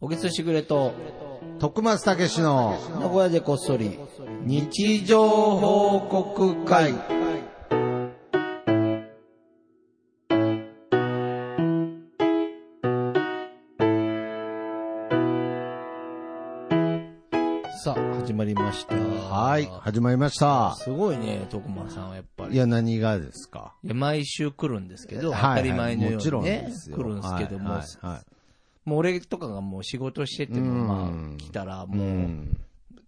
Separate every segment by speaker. Speaker 1: おぎつしぐれと、
Speaker 2: 徳松たけしの
Speaker 1: 名古屋でこっそり、日常報告会。さあ、始まりました。
Speaker 2: はい、始まりました。
Speaker 1: すごいね、徳間さんはやっぱり。
Speaker 2: いや、何がですか
Speaker 1: いや毎週来るんですけど、当
Speaker 2: はい
Speaker 1: たり前のように、ね
Speaker 2: もちろんですよ
Speaker 1: 来るんですけども、
Speaker 2: はいはいはい
Speaker 1: もう俺とかがもう仕事してても、
Speaker 2: う
Speaker 1: まあ、
Speaker 2: ん
Speaker 1: 来たら
Speaker 2: う
Speaker 1: もう、
Speaker 2: ん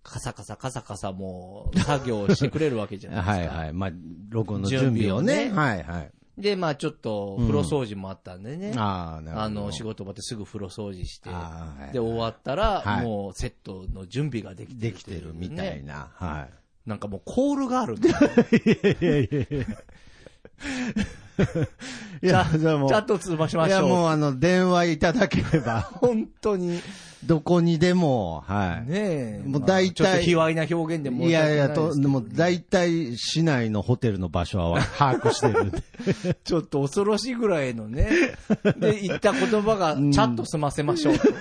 Speaker 1: カサカサカサカサもう、作業してくれるわけじゃないですか。
Speaker 2: はいはい。まあ、録音の準備を
Speaker 1: 準備
Speaker 2: ね。
Speaker 1: をね
Speaker 2: はいはい。
Speaker 1: で、まあちょっと、風呂掃除もあったんでね、
Speaker 2: ああ、なるほど。
Speaker 1: あの、仕事場ですぐ風呂掃除して、
Speaker 2: あーはい
Speaker 1: で、終わったら、
Speaker 2: はい
Speaker 1: もうセットの準備ができて
Speaker 2: で
Speaker 1: る
Speaker 2: き
Speaker 1: とい
Speaker 2: て
Speaker 1: うね
Speaker 2: るみたいな。は
Speaker 1: なんかもうコールがあるんだよ
Speaker 2: い。いやいやいやいや。いや、じゃあもう。
Speaker 1: ちゃんと通話しま
Speaker 2: い
Speaker 1: し
Speaker 2: や、
Speaker 1: ょう。
Speaker 2: もうあの、電話いただければ、
Speaker 1: 本当に。
Speaker 2: どこにでも、はい。
Speaker 1: ねえ。
Speaker 2: もう
Speaker 1: まあ
Speaker 2: 大体
Speaker 1: ちょっと卑猥な表現で申
Speaker 2: い
Speaker 1: し訳ない
Speaker 2: や
Speaker 1: ですけど。
Speaker 2: いや、と、でも、大体、市内のホテルの場所 は把握してるんで。
Speaker 1: ちょっと恐ろしいぐらいの ね。で、言った言葉が、ちゃんと済ませまし ょうと。ポ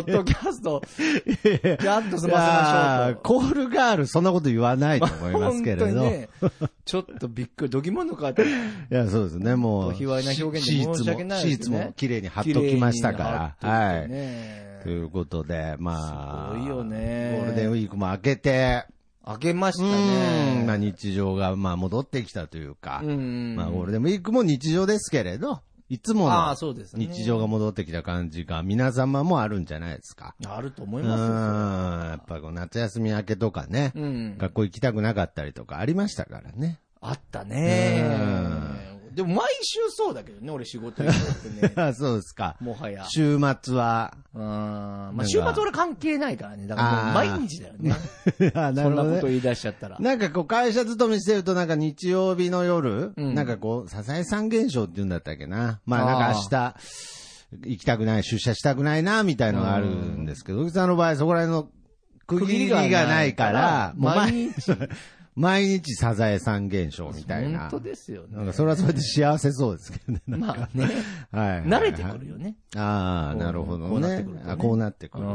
Speaker 1: ッドキャスト、ちゃんと済ませましょうと。
Speaker 2: コールガール、そんなこと言わないと思いますけれど。
Speaker 1: 本当にね、ちょっとびっくり、どぎものかと。
Speaker 2: いや、そうですね、もう。
Speaker 1: 卑猥な表現で申し訳ない
Speaker 2: シ
Speaker 1: で
Speaker 2: ー
Speaker 1: す
Speaker 2: ツ
Speaker 1: ね
Speaker 2: も、シーツも綺麗に貼っときましたから。は
Speaker 1: 綺麗に貼
Speaker 2: い。
Speaker 1: っといてね
Speaker 2: ということで、まあ。
Speaker 1: すごいよね
Speaker 2: ゴールデンウィークも明けて、
Speaker 1: あげました
Speaker 2: うん、まあ
Speaker 1: ね。
Speaker 2: 日常が、まあ戻ってきたというか、
Speaker 1: うん
Speaker 2: まあゴールデンウィークも日常ですけれど、いつも
Speaker 1: ああ、
Speaker 2: の
Speaker 1: そうですね。
Speaker 2: 日常が戻ってきた感じが皆様もあるんじゃないですか。
Speaker 1: あると思
Speaker 2: う
Speaker 1: い
Speaker 2: ん、
Speaker 1: ま
Speaker 2: やっぱこう夏休み明けとかね
Speaker 1: す、よ。うん。
Speaker 2: 学校行きたくなかったりとかありましたからね。
Speaker 1: あったね。でも毎週そうだけどね、俺仕事行って ね。
Speaker 2: そうですか。
Speaker 1: もはや。
Speaker 2: 週末は、
Speaker 1: あー
Speaker 2: な
Speaker 1: ま
Speaker 2: んか
Speaker 1: あ、週末俺関係ないからね。だからもう
Speaker 2: あー
Speaker 1: 毎日だよ ね。
Speaker 2: あ
Speaker 1: そんなこと言い出しちゃったら。
Speaker 2: なんかこう会社勤めしてるとなんか日曜日の夜、
Speaker 1: うん
Speaker 2: なんかこう、サザエさん現象って言うんだったっけな。まあなんか明日、行きたくない、出社したくないな、みたいのがあるんですけど、小木さんの場合そこら辺の区切りがないから、もう毎
Speaker 1: 毎
Speaker 2: 日、
Speaker 1: 日。
Speaker 2: 毎日サザエさん現象みたいな。
Speaker 1: 本当ですよ
Speaker 2: なん
Speaker 1: ね。
Speaker 2: かそれはそれで幸せそうですけどね。なんか
Speaker 1: まあね、
Speaker 2: はい。
Speaker 1: 慣れてくるよね。
Speaker 2: ああ、なるほ
Speaker 1: こ
Speaker 2: ど
Speaker 1: うなって
Speaker 2: ね
Speaker 1: くると。ね
Speaker 2: あこうなってくると。
Speaker 1: あ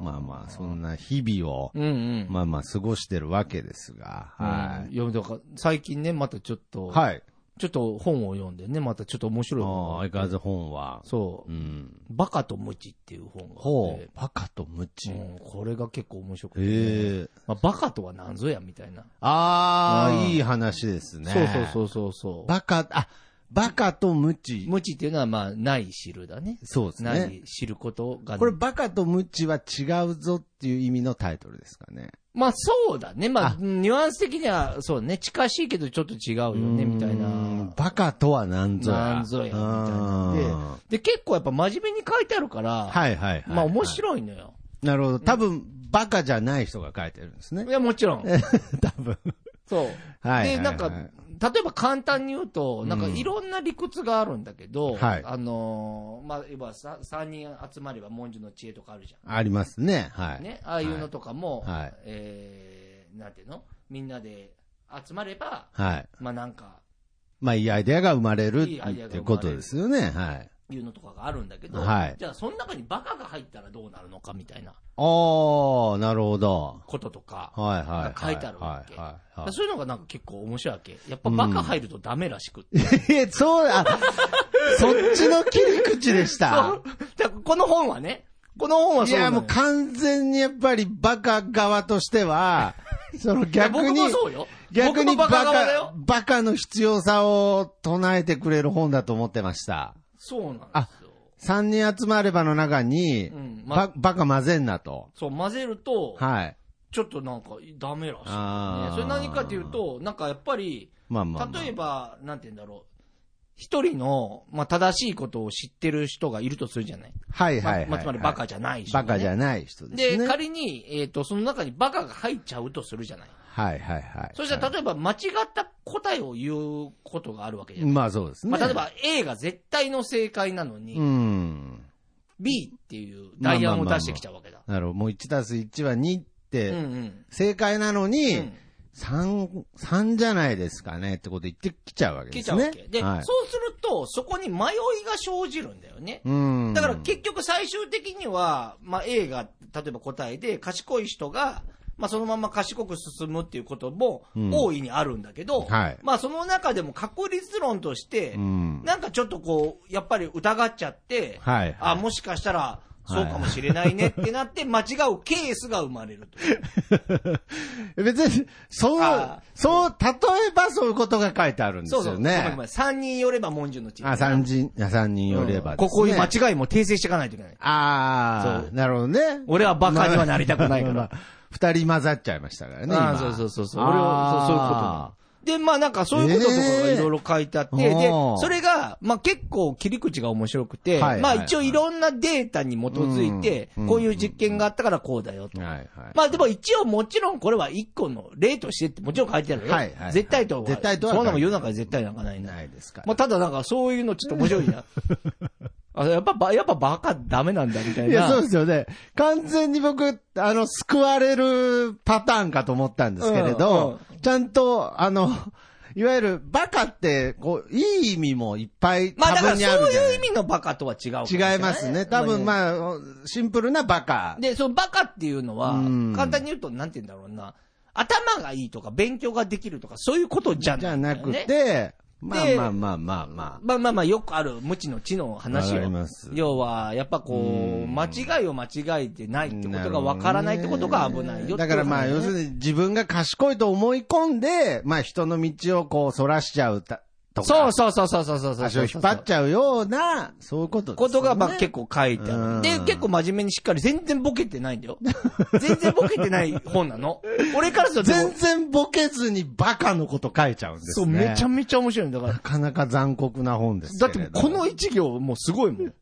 Speaker 1: ー
Speaker 2: まあまあ、そんな日々を、
Speaker 1: うんうん。。
Speaker 2: まあまあ過ごしてるわけですが、はい
Speaker 1: 読むとか、最近ね、またちょっと、
Speaker 2: い。はい。
Speaker 1: ちょっと本を読んでね、またちょっと面白い本
Speaker 2: あ
Speaker 1: が
Speaker 2: あ、相変わらず本は。
Speaker 1: そう
Speaker 2: う。ん。
Speaker 1: バカとムチっていう本があっ
Speaker 2: ほ
Speaker 1: て
Speaker 2: う。、バカと無知。へ
Speaker 1: うんこれが結構面白くてね。
Speaker 2: え。
Speaker 1: まあバカとは何ぞやみたいな。
Speaker 2: あ
Speaker 1: うん
Speaker 2: あ、いい話ですね。
Speaker 1: そうそうそうそうそう。
Speaker 2: バカ、あ、バカと無知。
Speaker 1: 無知っていうのは、まあ、ない知るだね。
Speaker 2: そうです
Speaker 1: ない、
Speaker 2: ね。
Speaker 1: 知ることが。
Speaker 2: これ、バカと無知は違うぞっていう意味のタイトルですかね。
Speaker 1: まあそうだね。まあ
Speaker 2: あ、
Speaker 1: ニュアンス的には、そうね。近しいけどちょっと違うよね、みたいな。
Speaker 2: バカとは何ぞや。
Speaker 1: なんぞやみたいなで、
Speaker 2: で。
Speaker 1: 結構やっぱ真面目に書いてあるから、
Speaker 2: はいはいはい。
Speaker 1: まあ面
Speaker 2: い。
Speaker 1: 白いのよ。
Speaker 2: なるほど。多分、バカじゃない人が書いてるんですね
Speaker 1: い。や、もちろん。
Speaker 2: 多分。
Speaker 1: そう。
Speaker 2: はいはいはい
Speaker 1: で、なんか、例えば簡単に言うと、なんかいろんな理屈があるんだけど、
Speaker 2: はい
Speaker 1: あのーまあ、要はさ3人集まれば文殊の知恵とかあるじゃん。
Speaker 2: ありますね。はい。
Speaker 1: ね、ああいうのとかも、
Speaker 2: はい
Speaker 1: えー、なんていうのみんなで集まれば、
Speaker 2: はい。
Speaker 1: まあなんか、
Speaker 2: まあ、いいアイデアが生まれるっ
Speaker 1: いいアイデアが生まれる
Speaker 2: ていうことですよね。はい。
Speaker 1: いうのとかがあるんだけど、
Speaker 2: はい
Speaker 1: じゃあその中にバカが入ったらどうなるのかみたいな
Speaker 2: ああ、なるほど。
Speaker 1: こととか、
Speaker 2: はいはいはい。
Speaker 1: 書いてあるわけ
Speaker 2: はいはいは
Speaker 1: そういうのがなんか結構面白いわけ。やっぱバカ入るとダメらしくって。
Speaker 2: い。え、そう、あ、そっちの切り口で し
Speaker 1: だ
Speaker 2: た。
Speaker 1: からこの本はね、この本はい そうな
Speaker 2: や、
Speaker 1: の
Speaker 2: も
Speaker 1: よ
Speaker 2: う完全にやっぱりバカ側としては、その逆に。
Speaker 1: いや僕もそうよ。
Speaker 2: 逆に
Speaker 1: 僕もバカ
Speaker 2: バ
Speaker 1: 側だ
Speaker 2: カ
Speaker 1: よ、。
Speaker 2: バカの必要さを唱えてくれる本だと思ってました。
Speaker 1: そうなんですよ。
Speaker 2: 三人集まればの中に、
Speaker 1: うん
Speaker 2: ばバカ混ぜんなと。
Speaker 1: そう、混ぜると、
Speaker 2: はい。
Speaker 1: ちょっとなんかダメらしい、ね
Speaker 2: あ。ー
Speaker 1: それ何かというと、なんかやっぱり、
Speaker 2: まあまあ、まあ。
Speaker 1: 例えば、なんて言うんだろう。一人の、まあ、正しいことを知ってる人がいるとするじゃない。
Speaker 2: はい
Speaker 1: まあ
Speaker 2: はいはい、はい
Speaker 1: まあつまりバカじゃない人、
Speaker 2: バカじ
Speaker 1: な
Speaker 2: ゃ
Speaker 1: い。
Speaker 2: ない人で
Speaker 1: で、
Speaker 2: すね。
Speaker 1: 仮に、えっ、と、その中にバカが入っちゃうとするじゃない。
Speaker 2: はいはいはい。
Speaker 1: そしたら、例えば、間違った答えを言うことがあるわけじゃない。
Speaker 2: まあそうですね。
Speaker 1: まあ、例えば、A が絶対の正解なのに、
Speaker 2: うん。
Speaker 1: B っていう代案を出してきちゃうわけだ。
Speaker 2: なるほど。もう1たす1は2
Speaker 1: うんう
Speaker 2: って、
Speaker 1: ん。
Speaker 2: 正解なのに、
Speaker 1: うん
Speaker 2: 3、三じゃないですかねってこと言ってきちゃうわけ
Speaker 1: 来
Speaker 2: で
Speaker 1: ちゃ
Speaker 2: す
Speaker 1: うわ
Speaker 2: ね。
Speaker 1: け。で、
Speaker 2: はい、
Speaker 1: そうすると、そこに迷いが生じるんだよね。
Speaker 2: うん。
Speaker 1: だから結局最終的には、まあ A が、例えば答えで、賢い人が、まあそのまま賢く進むっていうことも
Speaker 2: うん
Speaker 1: 大いにあるんだけど、
Speaker 2: はい
Speaker 1: まあその中でも確率論として、
Speaker 2: うん
Speaker 1: なんかちょっとこう、やっぱり疑っちゃって、
Speaker 2: はいはい
Speaker 1: あ、もしかしたら、そうかもしれないねってなって、間違うケースが生まれると。
Speaker 2: 別に、そう
Speaker 1: あ、
Speaker 2: そう、例えばそういうことが書いてあるんです
Speaker 1: そうそ
Speaker 2: よ
Speaker 1: う。ごめん
Speaker 2: ね
Speaker 1: ごめ。ん三人寄れば文殊の知恵。
Speaker 2: あ、三人、あ三人よれば、
Speaker 1: うん
Speaker 2: ね
Speaker 1: ここいう間違いも訂正していかないといけない。
Speaker 2: あ
Speaker 1: そ
Speaker 2: あ、なるほどね。
Speaker 1: 俺はバカにはなりたくないから
Speaker 2: まあまあ 二人混ざっちゃいましたからね。
Speaker 1: ああ
Speaker 2: 今
Speaker 1: そうそうそうそう。俺は、そうそういうことな
Speaker 2: あ
Speaker 1: ので、まあなんかそういうこととかがいろいろ書いてあって、
Speaker 2: え
Speaker 1: で
Speaker 2: えおー、
Speaker 1: それが、まあ結構切り口が面白くて、
Speaker 2: はい
Speaker 1: まあ
Speaker 2: はい
Speaker 1: 一応いろんなデータに基づいて、
Speaker 2: うん
Speaker 1: こういう実験があったからこうだよと。
Speaker 2: ーはいはい。
Speaker 1: まあでも一応もちろんこれは一個の例としてってもちろん書いてあるよ。
Speaker 2: はいはい
Speaker 1: 絶対とは。
Speaker 2: 絶対とは
Speaker 1: そんなもん世の中に絶対なんかないな。
Speaker 2: ないですから。
Speaker 1: まあただなんかそういうのちょっと面白い な。あやっぱば、やっぱバカダメなんだみたい
Speaker 2: い
Speaker 1: な。
Speaker 2: や、そうですよね。完全に僕、あの、救われるパターンかと思ったんですけれど、ちゃんと、あの、いわゆる、バカって、こう、いい意味もいっぱい
Speaker 1: まあ
Speaker 2: 多
Speaker 1: だから
Speaker 2: 分にあ
Speaker 1: そう
Speaker 2: るじゃない
Speaker 1: いう意味のバカとは違うかもしれない。
Speaker 2: 違いますね。多分、まあ、シンプルなバカ。
Speaker 1: で、そのバカっていうのは
Speaker 2: うん、
Speaker 1: 簡単に言うと、なんて言うんだろうな、頭がいいとか、勉強ができるとか、そういうことじゃない、
Speaker 2: じゃなく
Speaker 1: ね。
Speaker 2: て、まあ
Speaker 1: で
Speaker 2: まあまあまあま
Speaker 1: まあまあまあ、よくある無知の知の話
Speaker 2: わ
Speaker 1: よ
Speaker 2: かります。
Speaker 1: 要は、やっぱこう、間違いを間違えてないってことがわからないってことが危ないよっていう
Speaker 2: だからまあ、
Speaker 1: 話ね
Speaker 2: 要するに自分が賢いと思い込んで、まあ人の道をこう、そらしちゃうたとか。
Speaker 1: そうそうそうそうそうそうそう。
Speaker 2: 足を引っ張っちゃうような、そういうことです、ね。
Speaker 1: ことがまあ結構書いてある。で
Speaker 2: う、ん
Speaker 1: 結構真面目にしっかり、全然ボケてないんだよ。全然ボケてない本な の。俺からすると、
Speaker 2: 全然ボケずにバカのこと書いちゃうんです
Speaker 1: そ
Speaker 2: ね。
Speaker 1: う、めちゃ
Speaker 2: な
Speaker 1: めちゃ面白いんだから。
Speaker 2: かなか残酷な本です
Speaker 1: だっ
Speaker 2: けれ
Speaker 1: て
Speaker 2: ど。
Speaker 1: この一行もうすごいもん。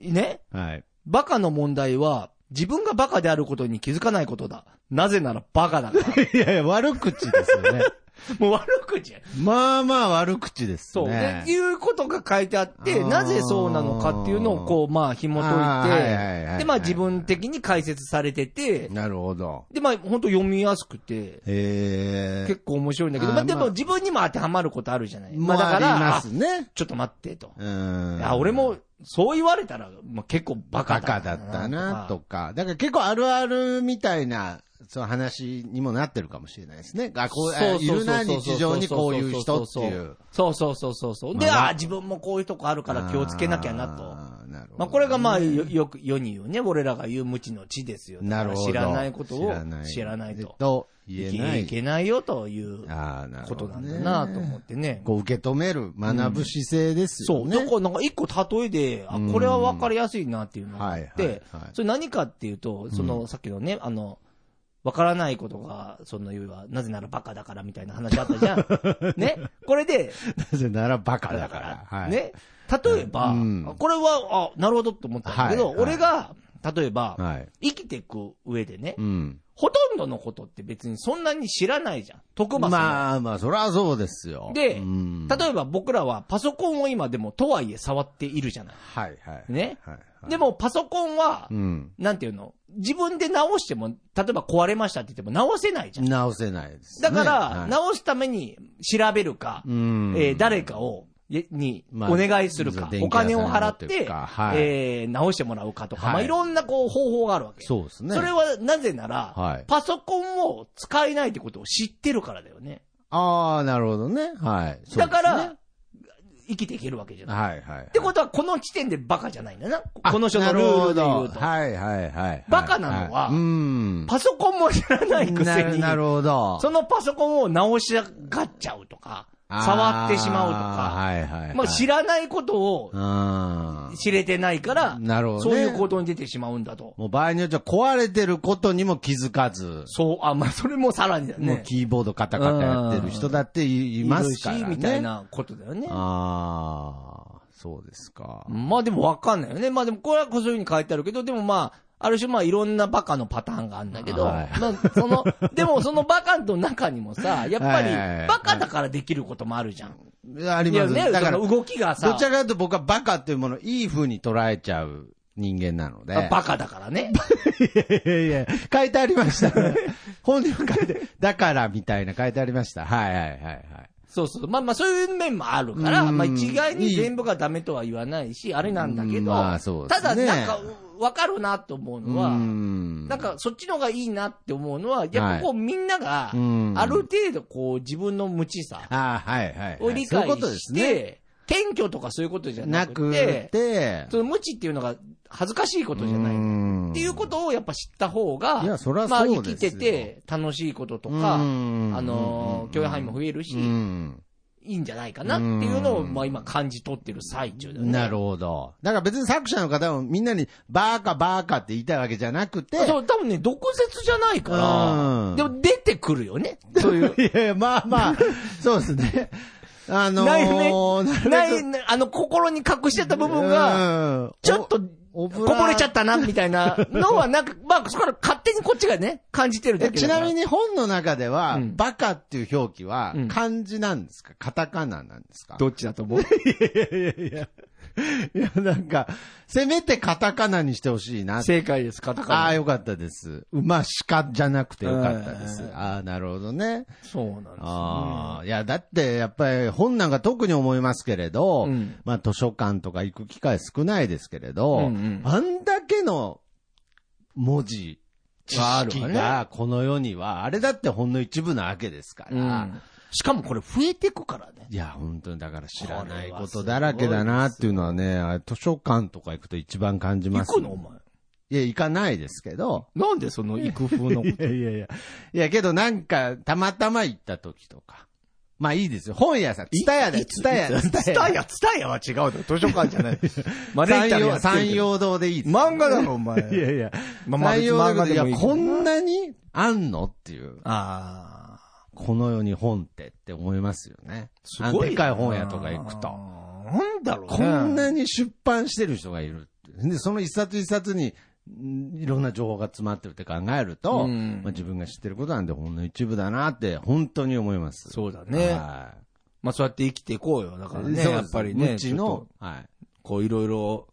Speaker 1: ね
Speaker 2: はい。
Speaker 1: バカの問題は、自分がバカであることに気づかないことだ。なぜならバカだ から。
Speaker 2: いやいや、悪口ですよ ね。
Speaker 1: もう悪口や。
Speaker 2: まあまあ悪口です
Speaker 1: そう。
Speaker 2: ね。
Speaker 1: でいうことが書いてあって、
Speaker 2: あー
Speaker 1: なぜそうなのかっていうのをこう、まあ、紐解
Speaker 2: あーはいはいはい
Speaker 1: い
Speaker 2: は
Speaker 1: て、
Speaker 2: い
Speaker 1: で、まあ自分的に解説されてて、
Speaker 2: なるほど。
Speaker 1: で、まあ本当読みやすくて、
Speaker 2: へえ。
Speaker 1: 結構面白いんだけど、
Speaker 2: あー
Speaker 1: まあで
Speaker 2: ま
Speaker 1: も
Speaker 2: あ
Speaker 1: 自分にも当てはまることあるじゃない。ま
Speaker 2: ま
Speaker 1: あ
Speaker 2: あ
Speaker 1: だか
Speaker 2: あり
Speaker 1: ら、
Speaker 2: ま
Speaker 1: あ
Speaker 2: すね。
Speaker 1: ちょっと待ってと。
Speaker 2: うん。
Speaker 1: あ俺も、そう言われたら、まあ結構バカ
Speaker 2: バ
Speaker 1: だ
Speaker 2: カだったな、とか。だから結構あるあるみたいな、その話にもなってるかもしれないですね。あ、こう、あいるな、日常にこういう人っていう。。
Speaker 1: そうそうそうそうそう。で、ああ、自分もこういうとこあるから気をつけなきゃなと。
Speaker 2: あー。なるほどね
Speaker 1: まあ、これがまあ、よよく世に言うね、俺らが言う無知の知ですよ。
Speaker 2: なるほど。
Speaker 1: 知らないことを
Speaker 2: 知らない
Speaker 1: 知らないと。
Speaker 2: と言
Speaker 1: い
Speaker 2: えな
Speaker 1: けい
Speaker 2: い。
Speaker 1: けないよという
Speaker 2: ああ、なる
Speaker 1: こ
Speaker 2: ほ
Speaker 1: と
Speaker 2: ど、
Speaker 1: なんだ
Speaker 2: ね。
Speaker 1: なと思ってね。
Speaker 2: こう受け止める、学ぶ姿勢です
Speaker 1: そ
Speaker 2: よ
Speaker 1: う。
Speaker 2: ね。
Speaker 1: だからなんか一個例えで、あ、これは分かりやすいなっていうのがあっ
Speaker 2: うんはい
Speaker 1: て
Speaker 2: はいはい、
Speaker 1: それ何かっていうと、その、さっきのね、あの、分からないことが、その、要は、なぜならバカだからみたいな話あったじゃ ん。ね。これで、
Speaker 2: なぜならバカだから。はい。
Speaker 1: ね。例えば、
Speaker 2: うん
Speaker 1: これは、あ、なるほどって思ったんだけど、
Speaker 2: はいはい
Speaker 1: 俺が、例えば、
Speaker 2: はい。
Speaker 1: 生きていく上でね、
Speaker 2: うん。
Speaker 1: ほとんどのことって別にそんなに知らないじゃん。特番、
Speaker 2: まあまあ、そりゃそうですよ。
Speaker 1: で
Speaker 2: うん
Speaker 1: 例えば僕らはパソコンを今でもとはいえ触っているじゃない。
Speaker 2: はいはい。
Speaker 1: ね
Speaker 2: はいはい。
Speaker 1: でもパソコンは、
Speaker 2: うん。
Speaker 1: なんていうの自分で直しても、例えば壊れましたって言っても直せないじゃん。
Speaker 2: 直せないです、ね。
Speaker 1: だから、
Speaker 2: はい
Speaker 1: 直すために調べるか、
Speaker 2: うん。
Speaker 1: えー誰かを、えに、
Speaker 2: まあ
Speaker 1: お願いするか、
Speaker 2: 電気
Speaker 1: お
Speaker 2: 屋さ
Speaker 1: 金
Speaker 2: んに
Speaker 1: を払っ
Speaker 2: 持って
Speaker 1: て、
Speaker 2: くかはい
Speaker 1: えー直してもらうかとか、
Speaker 2: はい
Speaker 1: まあ、いろんなこう方法があるわけ。
Speaker 2: そうですね。
Speaker 1: それはなぜなら、
Speaker 2: はい
Speaker 1: パソコンを使えないってことを知ってるからだよね。
Speaker 2: ああ、なるほどね。はい。そうですね
Speaker 1: だから、生きていけるわけじゃない。
Speaker 2: はいはい。っ
Speaker 1: ってことは、この時点でバカじゃないんだな。この人の
Speaker 2: な
Speaker 1: ル
Speaker 2: る
Speaker 1: ー
Speaker 2: ほ
Speaker 1: ルで言う
Speaker 2: ど
Speaker 1: と。
Speaker 2: はいはいはい。
Speaker 1: バカなのはい
Speaker 2: うん。
Speaker 1: パソコンも知らないくせに、
Speaker 2: なるほど。
Speaker 1: そのパソコンを直しがっちゃうとか、
Speaker 2: あー
Speaker 1: 触ってしまうとか、
Speaker 2: はいはいはい。
Speaker 1: もう知らないことを
Speaker 2: あー
Speaker 1: 知れてないから、
Speaker 2: なるほど
Speaker 1: そう
Speaker 2: ね
Speaker 1: いう行動に出てしまうんだと。
Speaker 2: もう場合によっては壊れてることにも気づかず、
Speaker 1: そう、あ、まあ、それもさらにだ
Speaker 2: もう
Speaker 1: ね。
Speaker 2: キーボードカタカタやってる人だっていいますから
Speaker 1: い
Speaker 2: ね。
Speaker 1: るしみたいなことだよね。
Speaker 2: ああ、そうですか。
Speaker 1: まあでもわかんないよね。まあでもこれはこうそういうふうに書いてあるけど、でもまあ、ある種まあいろんなバカのパターンがあるんだけど、
Speaker 2: はい
Speaker 1: まあその、 でもそのバカの中にもさ、やっぱ
Speaker 2: はいはいは
Speaker 1: り
Speaker 2: い
Speaker 1: バカだからできることもあるじゃん。
Speaker 2: あり
Speaker 1: いや
Speaker 2: ます
Speaker 1: ね、
Speaker 2: だから、
Speaker 1: その
Speaker 2: ど
Speaker 1: 動きがさ
Speaker 2: ち、らかというと僕はバカっていうものをいい風に捉えちゃう人間なので。
Speaker 1: バカだからね。
Speaker 2: いやいや、書いて ありましたね。本にも書いて、だからみたいな書いてありました。はいはいはいはい。
Speaker 1: そうそう。まあまあ、そういう面もあるから、
Speaker 2: うん
Speaker 1: まあ一概に全部がダメとは言わないし、あれなんだけど、
Speaker 2: うんまあそうですね
Speaker 1: ただなんか、わかるなと思うのは、
Speaker 2: ん
Speaker 1: なんかそっちの方がいいなって思うのは、やっぱこうみんなが、
Speaker 2: うん
Speaker 1: ある程度こう自分の無知さ
Speaker 2: ああ、はいはい、
Speaker 1: を
Speaker 2: はい。
Speaker 1: 理
Speaker 2: そうい
Speaker 1: 解
Speaker 2: うことで
Speaker 1: し
Speaker 2: すね。
Speaker 1: て、謙虚とかそういうことじゃな
Speaker 2: な
Speaker 1: く
Speaker 2: く
Speaker 1: て、
Speaker 2: て、
Speaker 1: その無知っていうのが恥ずかしいことじゃない。
Speaker 2: ん
Speaker 1: っていうことをやっぱ知った方が、
Speaker 2: いやそりゃ
Speaker 1: まあ
Speaker 2: そ
Speaker 1: 生
Speaker 2: う
Speaker 1: き
Speaker 2: です
Speaker 1: て
Speaker 2: よ
Speaker 1: て楽しいことと
Speaker 2: と
Speaker 1: か、あのー、許容範囲も増えるし、
Speaker 2: うん
Speaker 1: いいんじゃないかなっていうのを、
Speaker 2: うん
Speaker 1: まあ今感じ取ってる最中だよね。
Speaker 2: なるほど。だから別に作者の方もみんなにバーカバーカって言いたいわけじゃなくて、
Speaker 1: そう、多分ね、毒舌じゃないか
Speaker 2: う
Speaker 1: ら、
Speaker 2: ん
Speaker 1: でも出てくるよね。そういう。
Speaker 2: いやいや、まあ まあ、そうですね。あのー、
Speaker 1: ないね
Speaker 2: るべ く
Speaker 1: ない、あの、心に隠してた部分が、、
Speaker 2: うん
Speaker 1: ちょっ、と、
Speaker 2: お
Speaker 1: こぼれちゃったな、みたいなのは、なんか、 まあ、そこから勝手にこっちがね、感じてるだ
Speaker 2: え
Speaker 1: け
Speaker 2: ち
Speaker 1: だから
Speaker 2: なみに本の中では、
Speaker 1: うん
Speaker 2: バカっていう表記は
Speaker 1: うん
Speaker 2: 漢字なんですか、カタカナなんですか
Speaker 1: どっちだと思う
Speaker 2: いやいやいや、なんか、せめてカタカナにしてほしいなって。
Speaker 1: 正解です、カタ
Speaker 2: ああ、
Speaker 1: カナ。
Speaker 2: よかったです。馬鹿じゃなくてよかったです
Speaker 1: う。ん
Speaker 2: ああ、なるほどね。
Speaker 1: そうなんです
Speaker 2: ああ、いや、だって、やっぱり本なんか特に思いますけれど、
Speaker 1: うん
Speaker 2: まあ図書館とか行く機会少ないですけれど、
Speaker 1: うんうん
Speaker 2: あんだけの文字、知
Speaker 1: はある
Speaker 2: 識
Speaker 1: わね
Speaker 2: がこの世には、あれだってほんの一部なわけですから、
Speaker 1: うんしかもこれ増えてくからね。
Speaker 2: いや、本当にだから知らないことだらけだなっていうのはね、あれ図書館とか行くと一番感じ
Speaker 1: 行
Speaker 2: ます。
Speaker 1: くのお前。
Speaker 2: いや、行かないですけど。
Speaker 1: なんでその行く風の
Speaker 2: いやいやいや。いや、けどなんか、たまたま行った時とか。まあいいですよ。本屋さん、ツタヤで、ツタヤ、
Speaker 1: ツタヤ、ツタヤは違うだろ。図書館じゃ ない。マ
Speaker 2: 山
Speaker 1: タル
Speaker 2: 陽、
Speaker 1: やってる
Speaker 2: 山
Speaker 1: けど
Speaker 2: 陽堂でいいです。
Speaker 1: 漫画だろ、お前。
Speaker 2: いやいや。
Speaker 1: まあまあ
Speaker 2: 山陽堂だけど、
Speaker 1: 別に漫画でもいい
Speaker 2: いや、
Speaker 1: けど
Speaker 2: こんなにあんのっていう。
Speaker 1: ああ。
Speaker 2: この世に本ってって思いますよね。
Speaker 1: すごい。
Speaker 2: でかい本屋とか行くと。。
Speaker 1: なんだろうね。
Speaker 2: こんなに出版してる人がいるって。で、その一冊一冊に、んいろんな情報が詰まってるって考えると、
Speaker 1: うん
Speaker 2: まあ、自分が知ってることなんでほんの一部だなって、本当に思います。
Speaker 1: そうだね。
Speaker 2: は
Speaker 1: まあそうやって生きていこうよ。だから
Speaker 2: い。
Speaker 1: ね、
Speaker 2: そう
Speaker 1: やっぱりね。
Speaker 2: 無知
Speaker 1: ちょっ
Speaker 2: の
Speaker 1: と、
Speaker 2: はい。
Speaker 1: こういろいろ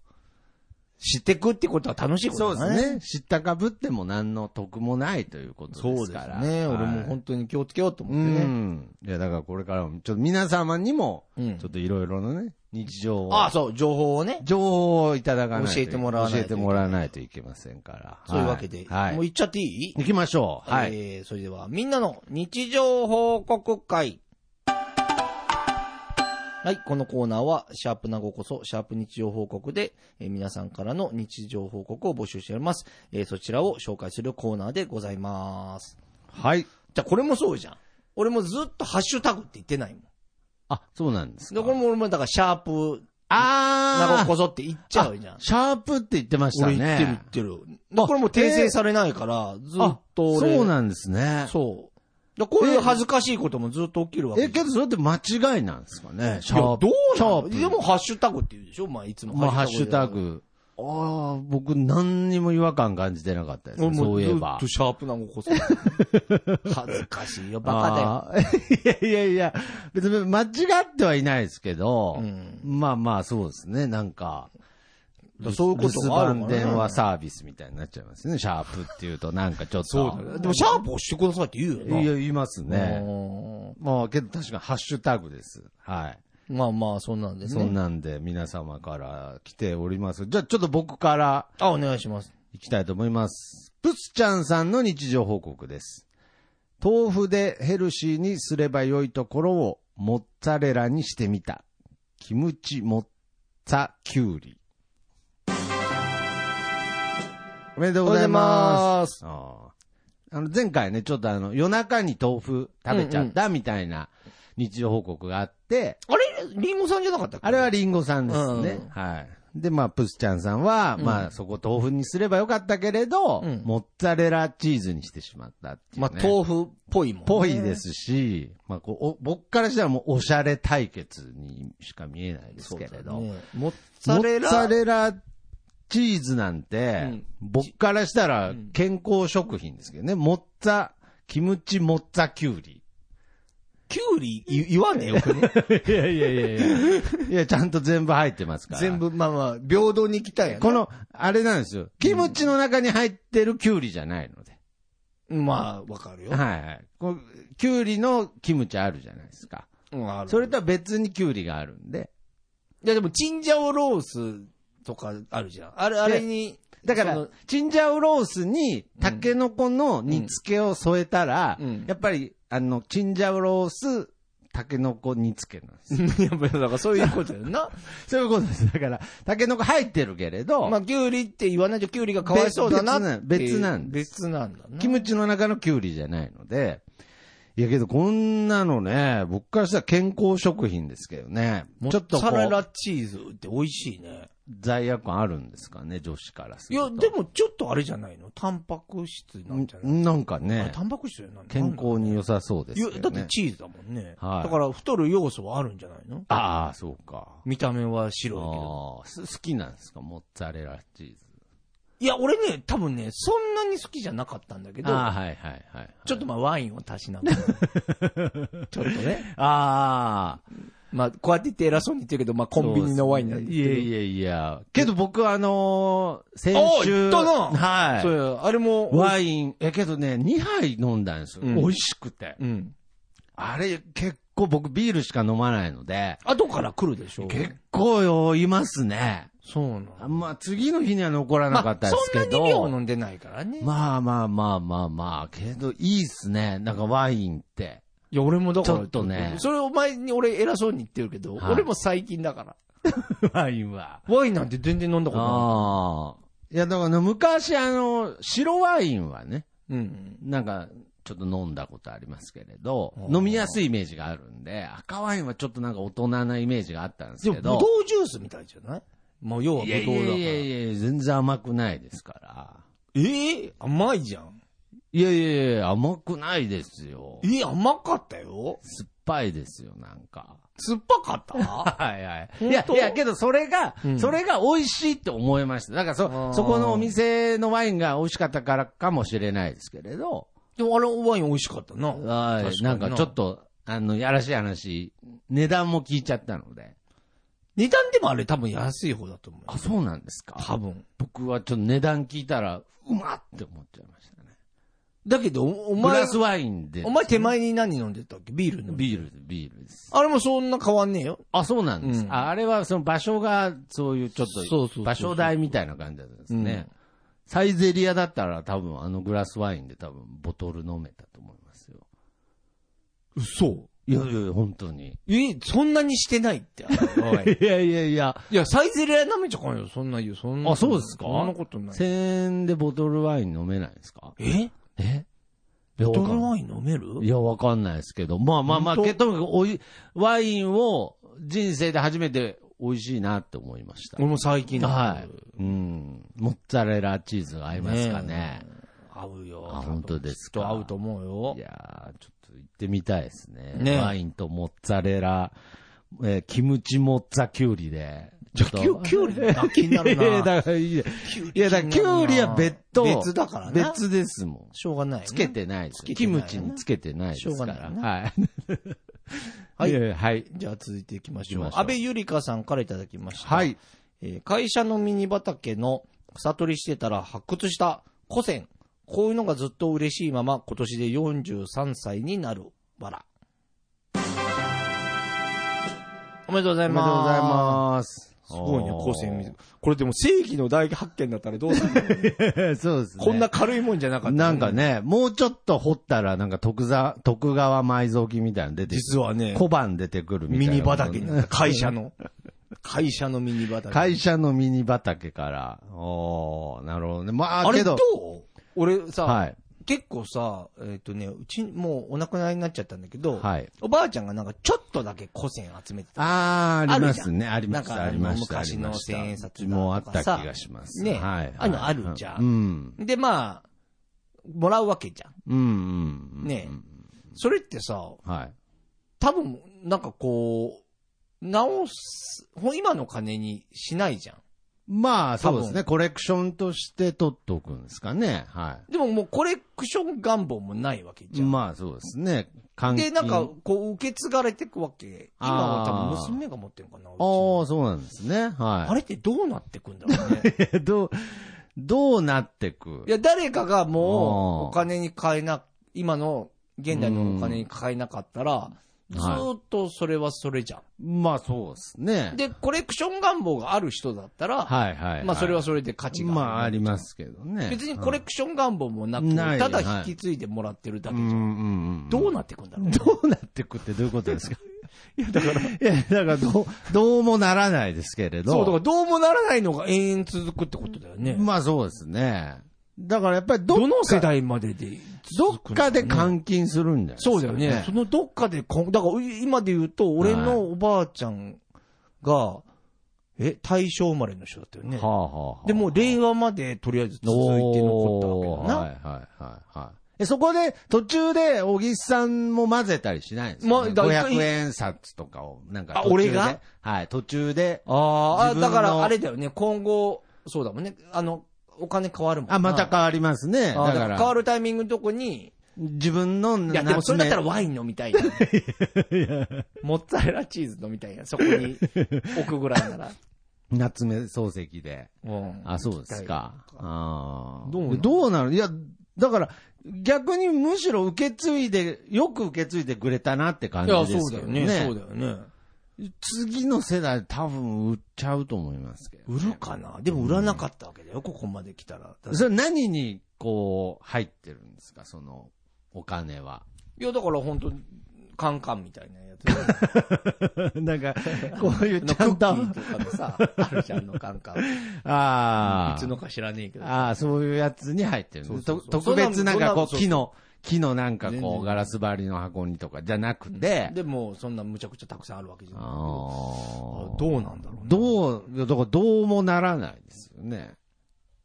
Speaker 1: 知ってくってことは楽しいこ
Speaker 2: そ
Speaker 1: と
Speaker 2: う
Speaker 1: だ
Speaker 2: で
Speaker 1: ね。
Speaker 2: すね。知ったかぶっても何の得もないということ
Speaker 1: そう
Speaker 2: で
Speaker 1: ですす
Speaker 2: から。
Speaker 1: ね。
Speaker 2: はい
Speaker 1: 俺も本当に気をつけようと思
Speaker 2: う
Speaker 1: ってね。
Speaker 2: ん。いや、だからこれからも、ちょっと皆様にも、
Speaker 1: うん
Speaker 2: ちょっといろいろなね、日常を、
Speaker 1: ああ、そう、情報をね。
Speaker 2: 情報をいただかないと
Speaker 1: 教えてもらわないと
Speaker 2: 教えてもらわないといけませんから。
Speaker 1: そういうわけで。
Speaker 2: はい。
Speaker 1: もう行っちゃっていい
Speaker 2: 行きましょう。はい。
Speaker 1: えー、それでは、みんなの日常報告会。はい、このコーナーは、シャープなごこそ、シャープ日常報告で、えー皆さんからの日常報告を募集しております。えーそちらを紹介するコーナーでございます。
Speaker 2: はい。
Speaker 1: じゃあ、これもそうじゃん。俺もずっとハッシュタグって言ってないもん。
Speaker 2: あ、そうなんです
Speaker 1: で、
Speaker 2: か。
Speaker 1: これも俺もだから、シャープなご
Speaker 2: あ
Speaker 1: こそって言っちゃうじゃん。
Speaker 2: シャープって言ってました
Speaker 1: 俺
Speaker 2: ね。
Speaker 1: 言ってる言ってる。だからこれも訂正されないから、ずっ
Speaker 2: あ、
Speaker 1: と俺。
Speaker 2: そうなんですね。
Speaker 1: そう。だこういう恥ずかしいこともずっと起きるわけ
Speaker 2: え、けどそれって間違いなんですかね。シ
Speaker 1: じ
Speaker 2: ャ
Speaker 1: ゃんい
Speaker 2: ー
Speaker 1: や
Speaker 2: プ。
Speaker 1: どう
Speaker 2: シ
Speaker 1: な
Speaker 2: ャ
Speaker 1: の
Speaker 2: ープ。
Speaker 1: でも、ハッシュタグって言うでしょまあ、いつも。
Speaker 2: まあ、ハッシュタ
Speaker 1: で。
Speaker 2: グ。ああ、僕何にも違和感感じてなかったです、
Speaker 1: 俺
Speaker 2: ね。
Speaker 1: も
Speaker 2: そううい
Speaker 1: ず
Speaker 2: え
Speaker 1: っ
Speaker 2: ば
Speaker 1: と。シャープなの こそ。恥ずかしいよ、バカだよ。
Speaker 2: だよ。 いやいやいや、別に間違ってはいないですけど、
Speaker 1: うん
Speaker 2: まあまあそうですね、なんか。
Speaker 1: そういうこともあるもん
Speaker 2: 留守番
Speaker 1: ね
Speaker 2: 電話サービスみたいになっちゃいますね。シャープっていうとなんかちょっと。
Speaker 1: そうだね。でも、シャープ押してくださいって言うよない
Speaker 2: や、言いますね。
Speaker 1: ね。
Speaker 2: まあ、けど確かにハッシュタグです。はい。
Speaker 1: まあまあ、そんなんです
Speaker 2: そん
Speaker 1: ね。
Speaker 2: なんで皆様から来ております。じゃあちょっと僕から
Speaker 1: あ、お願いします。
Speaker 2: いきたいと思います。プスちゃんさんの日常報告です。豆腐でヘルシーにすれば良いところをモッツァレラにしてみた。キムチモッツァキュウリ。おめでとうございます。
Speaker 1: す。
Speaker 2: あーあの前回ね、ちょっとあの夜中に豆腐食べちゃったみたいな日常報告があって、
Speaker 1: あれリンゴさんじゃなかったっけ
Speaker 2: あれはリンゴさんですね。
Speaker 1: うん
Speaker 2: はい。で、まあ、プスちゃんさんは、
Speaker 1: うん
Speaker 2: まあ、そこ豆腐にすればよかったけれど、
Speaker 1: うん
Speaker 2: モッツァレラチーズにしてしまったっていう、
Speaker 1: ま
Speaker 2: ね。
Speaker 1: あ、豆腐っぽいもんね。
Speaker 2: ぽいですし、まあこうお、僕からしたらもうおしゃれ対決にしか見えないです
Speaker 1: そう
Speaker 2: け
Speaker 1: だね。
Speaker 2: れど。
Speaker 1: モッツ
Speaker 2: モ
Speaker 1: ァレ
Speaker 2: ッ
Speaker 1: ラ。
Speaker 2: ツァレラチーズなんて、
Speaker 1: うん
Speaker 2: 僕からしたら健康食品ですけどね。モッツァ、キムチモッツァキュウリ。
Speaker 1: キュウリ言言わねえよ、これ
Speaker 2: いやいやいや いや。いや、ちゃんと 全部入ってますから。
Speaker 1: 全部、まあまあ、平等に行きたいよね。
Speaker 2: この、あれなんですよ。キムチの中に入ってるキュウリじゃないので。
Speaker 1: まあ、わかるよ。
Speaker 2: はいはい。こうキュウリのキムチあるじゃないですか。
Speaker 1: うん、ある。
Speaker 2: それとは別にキュウリがあるんで。
Speaker 1: いや、でも、チンジャオロースとかあるじゃん。あれ、あれに、
Speaker 2: だか
Speaker 1: そ
Speaker 2: ら
Speaker 1: の、
Speaker 2: チンジャオロースに、タケノコの煮付けを添えたら、
Speaker 1: うん
Speaker 2: やっぱり、あの、チンジャオロース、タケノコ煮付けなんです。
Speaker 1: いやっぱりだからそういうことやんな。
Speaker 2: そういうことです。だから、タケノコ入ってるけれど、
Speaker 1: まあ、キュウリって言わないとキュウリがかわいそうだなっていう
Speaker 2: 別別なん
Speaker 1: 別なんだな。
Speaker 2: キムチの中のキュウリじゃないので、いやけど、こんなのね、僕からしたら健康食品ですけどね。ちょっとこ
Speaker 1: サラ
Speaker 2: う、
Speaker 1: ダチーズって美味しいね。
Speaker 2: 罪悪感あるんですかね、女子からす
Speaker 1: い
Speaker 2: ると。
Speaker 1: や、でもちょっとあれじゃないのタンパク質なんじゃない
Speaker 2: んなんか
Speaker 1: あれ
Speaker 2: ね
Speaker 1: タ、ンパク質じゃないの
Speaker 2: 健康に良さそうです
Speaker 1: いや
Speaker 2: け
Speaker 1: だ
Speaker 2: ど
Speaker 1: って
Speaker 2: ね。
Speaker 1: チーズだもんね。
Speaker 2: はい
Speaker 1: だから太る要素はあるんじゃないの
Speaker 2: ああ、そうか。
Speaker 1: 見た目は白いけど。
Speaker 2: ああ、す好きなんですかモッツァレラチーズ。
Speaker 1: いや、俺ね、多分ね、そんなに好きじゃなかったんだけど、
Speaker 2: ああ、はいはいはいはい。
Speaker 1: ちょっとまあワインを足し ながら。ちょっとね。
Speaker 2: ああ、
Speaker 1: まあ、こうやって言って偉そうに言ってるけど、まあコンビニのワインなんで
Speaker 2: い
Speaker 1: すけ
Speaker 2: や
Speaker 1: ど
Speaker 2: いやいや。けど僕あのー先
Speaker 1: おー行
Speaker 2: 週。
Speaker 1: ったな
Speaker 2: はい。
Speaker 1: そうやあれも、
Speaker 2: ワイン、え、けどね、2杯飲んだんですよ。
Speaker 1: うん
Speaker 2: 美味しくて。
Speaker 1: うん。
Speaker 2: あれ、結構僕ビールしか飲まないので、
Speaker 1: 後から来るでしょ。
Speaker 2: 結構酔いますね。
Speaker 1: そうなの。
Speaker 2: あんまあ、次の日には残らなかったですけ
Speaker 1: まあそん
Speaker 2: ど。
Speaker 1: なに量飲んでないからね。
Speaker 2: まあまあまあまあまあ、けどいいっすね。なんかワインって。
Speaker 1: いや、俺もだから。
Speaker 2: ちょっとね
Speaker 1: それを前に俺偉そうに言ってるけど、
Speaker 2: はい
Speaker 1: 俺も最近だから。
Speaker 2: ワインは。
Speaker 1: ワインなんて全然飲んだことな
Speaker 2: ああ。いや、だからね昔あの、白ワインはね、
Speaker 1: い。うん。
Speaker 2: なんか、ちょっと飲んだことありますけれど
Speaker 1: あ、ー
Speaker 2: 飲みやすいイメージがあるんで、赤ワインはちょっとなんか大人なイメージがあったんです
Speaker 1: でも、
Speaker 2: け
Speaker 1: ブ
Speaker 2: ど
Speaker 1: ドウ。ジュースみたいじゃないまあ、要はブ
Speaker 2: い
Speaker 1: ド
Speaker 2: や
Speaker 1: ウ
Speaker 2: い
Speaker 1: だか
Speaker 2: や
Speaker 1: ら。
Speaker 2: いやいや、全然甘くないですから。
Speaker 1: ええ甘いじゃん。
Speaker 2: いやいやいや、甘くないですよ。
Speaker 1: ええ甘かったよ。
Speaker 2: 酸っぱいですよ、なんか。
Speaker 1: 酸っぱかった
Speaker 2: はいはい。い
Speaker 1: 本
Speaker 2: や、
Speaker 1: 当
Speaker 2: いや、けどそれが、
Speaker 1: うん
Speaker 2: それが美味しいって思いました。だから
Speaker 1: あー
Speaker 2: そ、そこのお店のワインが美味しかったからかもしれないですけれど、
Speaker 1: でも、あれ、ワイン美味しかったな。
Speaker 2: は
Speaker 1: 確
Speaker 2: い。
Speaker 1: か
Speaker 2: な
Speaker 1: に
Speaker 2: んかちょっ。と、あの、やらしい話、値段も聞いちゃったので。
Speaker 1: 値段でもあれ多分安い方だと思うよ。
Speaker 2: あ、そうなんですか
Speaker 1: 多分。
Speaker 2: 僕はちょっと値段聞いたら、うまっって思っちゃいましたね。
Speaker 1: だけど、おお
Speaker 2: グ
Speaker 1: 前
Speaker 2: ラ、スワインで。
Speaker 1: お前手前に何飲んでたっけビール飲んで
Speaker 2: ビールで、ビールです。
Speaker 1: あれもそんな変わんねえよ。
Speaker 2: あ、そうなんです。
Speaker 1: うん
Speaker 2: ああれは、その場所が、そういうちょっ
Speaker 1: そうそうそうそ
Speaker 2: と、
Speaker 1: う
Speaker 2: 場所代みたいな感じだったんですね。サイゼリアだったら多分あのグラスワインで多分ボトル飲めたと思いますよ。
Speaker 1: 嘘
Speaker 2: いやいやいや、本当に。
Speaker 1: え、そんなにしてないって。おい
Speaker 2: いやいやいや。
Speaker 1: いや、サイゼリア舐めちゃかんよ、そんな言う。そんな
Speaker 2: あそうですか
Speaker 1: そんなことない。
Speaker 2: 1000円でボトルワイン飲めないんですか
Speaker 1: え
Speaker 2: え
Speaker 1: ボトル
Speaker 2: イ
Speaker 1: ワイン飲める
Speaker 2: いや、わかんないですけど。まあまあまあ、
Speaker 1: 本当
Speaker 2: けとにかくおい、ワインを人生で初めて美味しいなって思いました。
Speaker 1: 俺も最近
Speaker 2: はい。うん。モッツァレラチーズが合いますかね
Speaker 1: え合うよ。
Speaker 2: あ本当です
Speaker 1: きっと
Speaker 2: か
Speaker 1: 合うと思うよ
Speaker 2: い。やー、ちょっと行ってみたいですね。
Speaker 1: ね
Speaker 2: ワインとモッツァレラ、えーキムチモッツァキュウリで。
Speaker 1: じゃあ、キュキュウリだ気になる
Speaker 2: いや
Speaker 1: な。
Speaker 2: だからいや、
Speaker 1: キュウ
Speaker 2: いやだからキュウリは別途。
Speaker 1: 別だからね。
Speaker 2: 別ですもん。
Speaker 1: しょうがないね。
Speaker 2: つけてないです。
Speaker 1: つけて
Speaker 2: キ
Speaker 1: ないよ
Speaker 2: ム
Speaker 1: ね
Speaker 2: チにつけてないですから。
Speaker 1: しょうがないよね
Speaker 2: はい。
Speaker 1: はい
Speaker 2: いやいや。はい。
Speaker 1: じゃあ続いていきましょ
Speaker 2: 行
Speaker 1: う
Speaker 2: きま。しょう
Speaker 1: 安倍ゆりかさんからいただきました。
Speaker 2: はい。
Speaker 1: えー会社のミニ畑の草取りしてたら発掘した古銭。こういうのがずっと嬉しいまま今年で43歳になるバラ。おめでとうござ
Speaker 2: お
Speaker 1: い
Speaker 2: めでとうござい
Speaker 1: ま
Speaker 2: ます。
Speaker 1: す。すごいね、古
Speaker 2: 見
Speaker 1: 銭。これでも正規の大発見だったらどう するの
Speaker 2: て。そうですね。
Speaker 1: こんな軽いもんじゃなかった。
Speaker 2: なんか。ね、もうちょっと掘ったら、なんか徳座、徳川埋蔵金みたいなの出てくる
Speaker 1: 実はね、
Speaker 2: 小判出てくるみた
Speaker 1: ミ
Speaker 2: いな。
Speaker 1: ニ畑になった。会社の。会社のミニ畑。
Speaker 2: 会社のミニ畑から。おー、なるほどね。まあ、
Speaker 1: あれ
Speaker 2: け
Speaker 1: どう、
Speaker 2: ど
Speaker 1: 俺さ、
Speaker 2: はい。
Speaker 1: 結構さ、えっ、とね、うち、もうお亡くなりになっちゃったんだけど、
Speaker 2: はい
Speaker 1: おばあちゃんがなんかちょっとだけ古銭集めてた。
Speaker 2: あー、ありますね。
Speaker 1: あ
Speaker 2: あ
Speaker 1: る
Speaker 2: り
Speaker 1: じゃん
Speaker 2: ました、ありました。
Speaker 1: なんか昔の
Speaker 2: ありました
Speaker 1: 千円札だとかさ
Speaker 2: もうあった気がします。
Speaker 1: ね
Speaker 2: はい。
Speaker 1: あのあるじゃん
Speaker 2: うん。
Speaker 1: で、まあ、もらうわけじゃん。
Speaker 2: うん、うんうん。
Speaker 1: ねそれってさ、
Speaker 2: はい。
Speaker 1: 多分、なんかこう、直す、ほ今の金にしないじゃん。
Speaker 2: まあ、そうです
Speaker 1: 多
Speaker 2: ね。コレクションとして取っておくんですかね。は
Speaker 1: でももうコレクション願望もないわけ
Speaker 2: い。
Speaker 1: じゃん。
Speaker 2: まあ、そうですね。換金
Speaker 1: で、なんか、こう、受け継がれてくわけ。今は多分娘が持ってるのかな。うち
Speaker 2: ああ、
Speaker 1: の
Speaker 2: そうなんですね。はい。
Speaker 1: あれってどうなってくんだろうね。
Speaker 2: れ どう、どうなってく
Speaker 1: いや、誰かがもう、
Speaker 2: あー
Speaker 1: お金に変えな、今の、現代のお金に変えなかったら、ずーっとそれはそれじゃん。
Speaker 2: まあそうですね。
Speaker 1: で、コレクション願望がある人だったら、
Speaker 2: はいはい、い。
Speaker 1: まあそれはそれで価値がある。
Speaker 2: まあありますけどね。
Speaker 1: 別にコレクション願望もなく、
Speaker 2: ない
Speaker 1: ただ引き継いでもらってるだけ
Speaker 2: う
Speaker 1: じゃ。
Speaker 2: んうんんうん。
Speaker 1: どうなっていくんだろうね。
Speaker 2: どうなってくってどういうことですか いや、だから。いや、だからどう、どうもならないですけれど。
Speaker 1: そう、だからどうもならないのが延々続くってことだよね。
Speaker 2: まあそうですね。だからやっぱりどっか
Speaker 1: どの世代までで
Speaker 2: ど
Speaker 1: 続く
Speaker 2: っ
Speaker 1: のね
Speaker 2: かで監禁するんじゃないですか、
Speaker 1: そうだよね。そのどっかでこん、だから今で言うと、俺のおばあちゃんが、え、大正生まれの人だったよね
Speaker 2: は。あ、はあ、
Speaker 1: で、もう令和までとりあえず続いて残ったわけだ
Speaker 2: はい
Speaker 1: な。
Speaker 2: はいはいはい。え、そこで、途中で、小木さんも混ぜたりしないんですか、
Speaker 1: ま
Speaker 2: ね
Speaker 1: だ
Speaker 2: 500円札とかを、なんか
Speaker 1: あ
Speaker 2: 途中で。
Speaker 1: 俺が
Speaker 2: はい、途中で。
Speaker 1: ああ、
Speaker 2: 自
Speaker 1: だ
Speaker 2: 分
Speaker 1: か
Speaker 2: の
Speaker 1: らあれだよね。今後、そうだもんね。あの、お金変わるもんな
Speaker 2: あ、また変わりますね。だ
Speaker 1: あーだ
Speaker 2: か
Speaker 1: から
Speaker 2: ら、
Speaker 1: 変わるタイミングのとこに、
Speaker 2: 自分の夏目、
Speaker 1: いや、でもそれだったらワイン飲み たいな。モッツァレラチーズ飲みたいな。そこに置くぐらいなら。
Speaker 2: 夏目漱石で。
Speaker 1: うん
Speaker 2: あ、そうですか。ああ。
Speaker 1: どうなの
Speaker 2: どうなるいや、だから、逆にむしろ受け継いで、よく受け継いでくれたなって感
Speaker 1: い
Speaker 2: じ
Speaker 1: や、
Speaker 2: で
Speaker 1: そう
Speaker 2: す
Speaker 1: だ
Speaker 2: け
Speaker 1: よ
Speaker 2: ど
Speaker 1: ね。
Speaker 2: ね。
Speaker 1: そうだよね。
Speaker 2: 次の世代多分売っちゃうと思いますけど。
Speaker 1: 売るかなでも売らなかったわけだよ、ここまで来たら。
Speaker 2: それ何に、こう、入ってるんですかその、お金 は。
Speaker 1: いや、だから本当カンカンみたいなやつ。 あ
Speaker 2: なんか、こういう
Speaker 1: の
Speaker 2: ち
Speaker 1: ク
Speaker 2: ゃ
Speaker 1: ッ
Speaker 2: ん
Speaker 1: キ
Speaker 2: と、
Speaker 1: ーとかの さ、あるじゃん、あのカンカン。い
Speaker 2: あ
Speaker 1: つのか知らねえけど。
Speaker 2: ああ、そういうやつに入ってるんです
Speaker 1: そうそうそう
Speaker 2: と特別なんかこ
Speaker 1: そんなのそんなの
Speaker 2: う、木の、木のなんか
Speaker 1: 全
Speaker 2: こ
Speaker 1: 然
Speaker 2: う、ガラス張りの箱にとかじゃなくて、
Speaker 1: でも、そんなむちゃくちゃたくさんあるわけじゃないけど。
Speaker 2: あ
Speaker 1: あ
Speaker 2: ど
Speaker 1: どうなんだろうね
Speaker 2: どう、いやだからどうもならないですよね。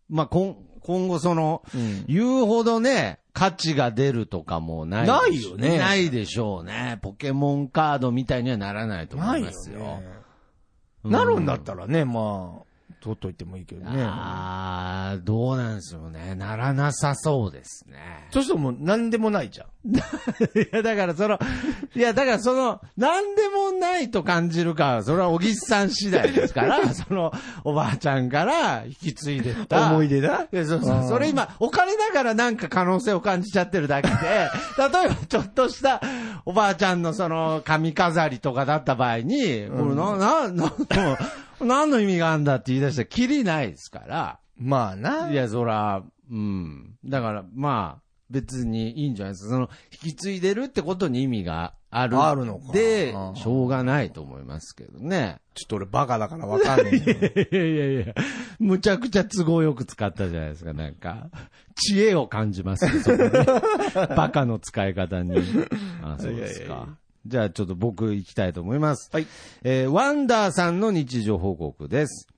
Speaker 2: まあ、今、今後その、
Speaker 1: うん
Speaker 2: 言うほどね、価値が出るとかもない。
Speaker 1: ないよね
Speaker 2: ないでしょうね。ポケモンカードみたいにはならないと思
Speaker 1: ない
Speaker 2: い
Speaker 1: よ
Speaker 2: ますよ。
Speaker 1: ね。
Speaker 2: うん
Speaker 1: なるんだったらね、まあ、取っといてもいいけどね。
Speaker 2: ああ、どうなんですよね。ならなさそうですね。
Speaker 1: そしたらもう何でもないじゃん。
Speaker 2: いや、だからその、いや、だからその、なんでもないと感じるかは、それは小木さん次第で すから、その、おばあちゃんから引き継いでった。
Speaker 1: 思い出だ
Speaker 2: いやそう
Speaker 1: あ
Speaker 2: そう
Speaker 1: ー
Speaker 2: それ今、お金だからなんか可能性を感じちゃって るだけで、例えばちょっとしたおばあちゃんのその髪飾りとかだった場合に、これな、な、な、何の意味があるんだって言い出したら、きりないですから。
Speaker 1: まあな。
Speaker 2: いや、そら、うん。だから、まあ、別にいいんじゃないですか。その、引き継いでるってことに意味がある。
Speaker 1: あるのか
Speaker 2: で
Speaker 1: あ、ー
Speaker 2: しょうがないと思いますけどね。
Speaker 1: ちょっと俺バカだからわかんねえよ。
Speaker 2: いやいやいや、むちゃくちゃ都合よく使ったじゃないですか、なんか。知恵を感じますね、そこねバカの使い方に。あ、そうです
Speaker 1: いやいやい
Speaker 2: か。じゃあちょっと僕行きたいと思います。
Speaker 1: はい。
Speaker 2: えーワンダーさんの日常報告です。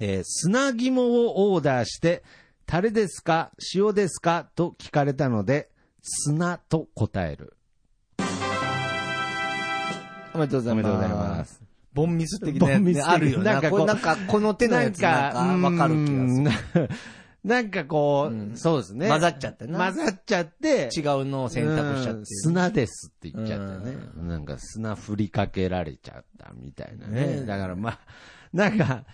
Speaker 2: えー砂肝をオーダーして、タレですか塩ですかと聞かれたので、砂と答える。
Speaker 1: おめでとうございます。
Speaker 2: おめでとうございます。
Speaker 1: ボンミス的なやつ
Speaker 2: ボンミス
Speaker 1: ね
Speaker 2: 的
Speaker 1: あるよ
Speaker 2: な
Speaker 1: なん
Speaker 2: か
Speaker 1: こ
Speaker 2: こ
Speaker 1: れ
Speaker 2: う
Speaker 1: なんか、この手のやつなんかわかる気がする。
Speaker 2: る。なん かこう、そうですね。
Speaker 1: 混ざっちゃってな。
Speaker 2: 混ざっちゃって、
Speaker 1: 違うのを選択しちゃって
Speaker 2: う
Speaker 1: る
Speaker 2: ん。砂ですって言っちゃってね。なんか砂振りかけられちゃったみたいなね。
Speaker 1: ね
Speaker 2: だからまあ、なんか、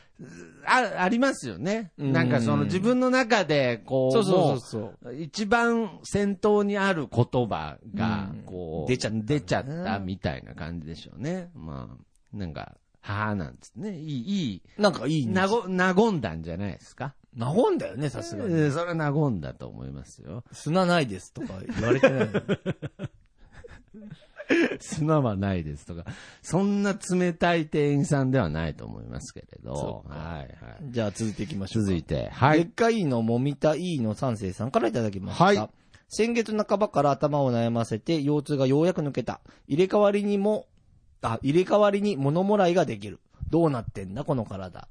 Speaker 2: あ、ありますよね。
Speaker 1: うん
Speaker 2: なんかその自分の中で、こう、
Speaker 1: そうそうそうそう。
Speaker 2: もう一番先頭にある言葉が
Speaker 1: うん、
Speaker 2: こう、
Speaker 1: 出ちゃった
Speaker 2: 出ちゃったみたいな感じでしょうね。まあ、なんか、はぁなんつってね。いい、い
Speaker 1: なんかいい
Speaker 2: い、
Speaker 1: ね
Speaker 2: なご、和んだんじゃないですか。
Speaker 1: なごんだよね、さすがに。
Speaker 2: うんそれは和んだと思いますよ。
Speaker 1: 砂ないですとか言われてない。
Speaker 2: 砂はないですとか、そんな冷たい店員さんではないと思いますけれど
Speaker 1: そ。うか
Speaker 2: はいはい。
Speaker 1: じゃあ続いていきましょうか。
Speaker 2: 続いて、は
Speaker 1: でっ
Speaker 2: い。
Speaker 1: かいのもみたいいの三世さんからいただきました。
Speaker 2: はい
Speaker 1: 先月半ばから頭を悩ませて腰痛がようやく抜けた。入れ替わりにも、あ、入れ替わりに物もらいができる。どうなってんだ、この体。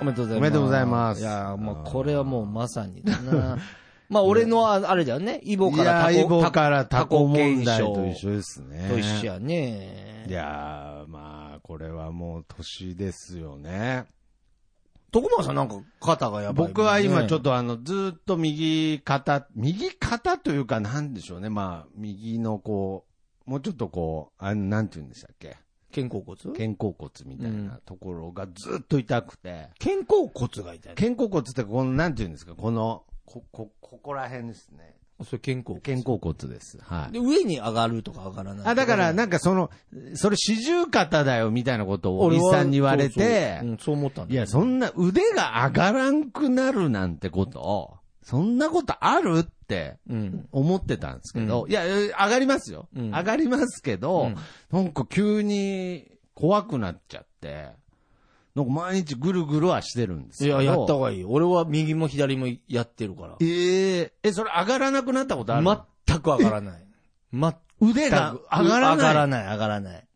Speaker 1: おめでとうございます。
Speaker 2: おめでとうございます
Speaker 1: いやー、もうこれはもうまさにだな。 まあ俺のああれだよね。イボ
Speaker 2: い
Speaker 1: から
Speaker 2: や
Speaker 1: タ
Speaker 2: ー、イ
Speaker 1: コ、
Speaker 2: ボからタコ問題
Speaker 1: タコ
Speaker 2: と
Speaker 1: 検
Speaker 2: 一
Speaker 1: 証
Speaker 2: 緒ですね。
Speaker 1: と一緒やね。
Speaker 2: いやー、まあ、これはもう年ですよね。
Speaker 1: 徳間さんなんか肩がやばいもんね、
Speaker 2: 僕は今ちょっとあの、ずーっと右肩、右肩というかなんでしょうね。まあ、右のこう、もうちょっとこう、あの、なんて言うんでしたっけ
Speaker 1: 肩甲骨
Speaker 2: 肩甲骨みたいなところがずっと痛くて。
Speaker 1: 肩甲骨が痛い。
Speaker 2: 肩甲骨ってこの、なんていうんですか、この、こ、こ、ここら辺ですね。
Speaker 1: それ肩甲骨。
Speaker 2: 肩甲骨です。はい。
Speaker 1: で、上に上がるとか上がらないと
Speaker 2: あ、だから、なんかその、それ四十肩だよ、みたいなことを、おじさんに言われ
Speaker 1: 俺はそう
Speaker 2: て
Speaker 1: そう、うん、そう思ったんだ
Speaker 2: いや、そんな腕が上がらんくなるなんてこと、そんなことあるって
Speaker 1: うん。
Speaker 2: 思ってたんですけど、
Speaker 1: う
Speaker 2: いや、上がりますよ。
Speaker 1: うん
Speaker 2: 上がりますけ
Speaker 1: う
Speaker 2: ど
Speaker 1: ん、
Speaker 2: なんか急に怖くなっちゃって、なんか毎日ぐるぐるはしてるんです
Speaker 1: い
Speaker 2: けど
Speaker 1: や、やった方がいい。俺は右も左もやってるから。
Speaker 2: えーえ、それ上がらなくなったことある、
Speaker 1: 全く上がらない。 全く
Speaker 2: 腕
Speaker 1: 上
Speaker 2: が
Speaker 1: が
Speaker 2: 上がら
Speaker 1: らない。上がら
Speaker 2: ない。
Speaker 1: ない、上がらない。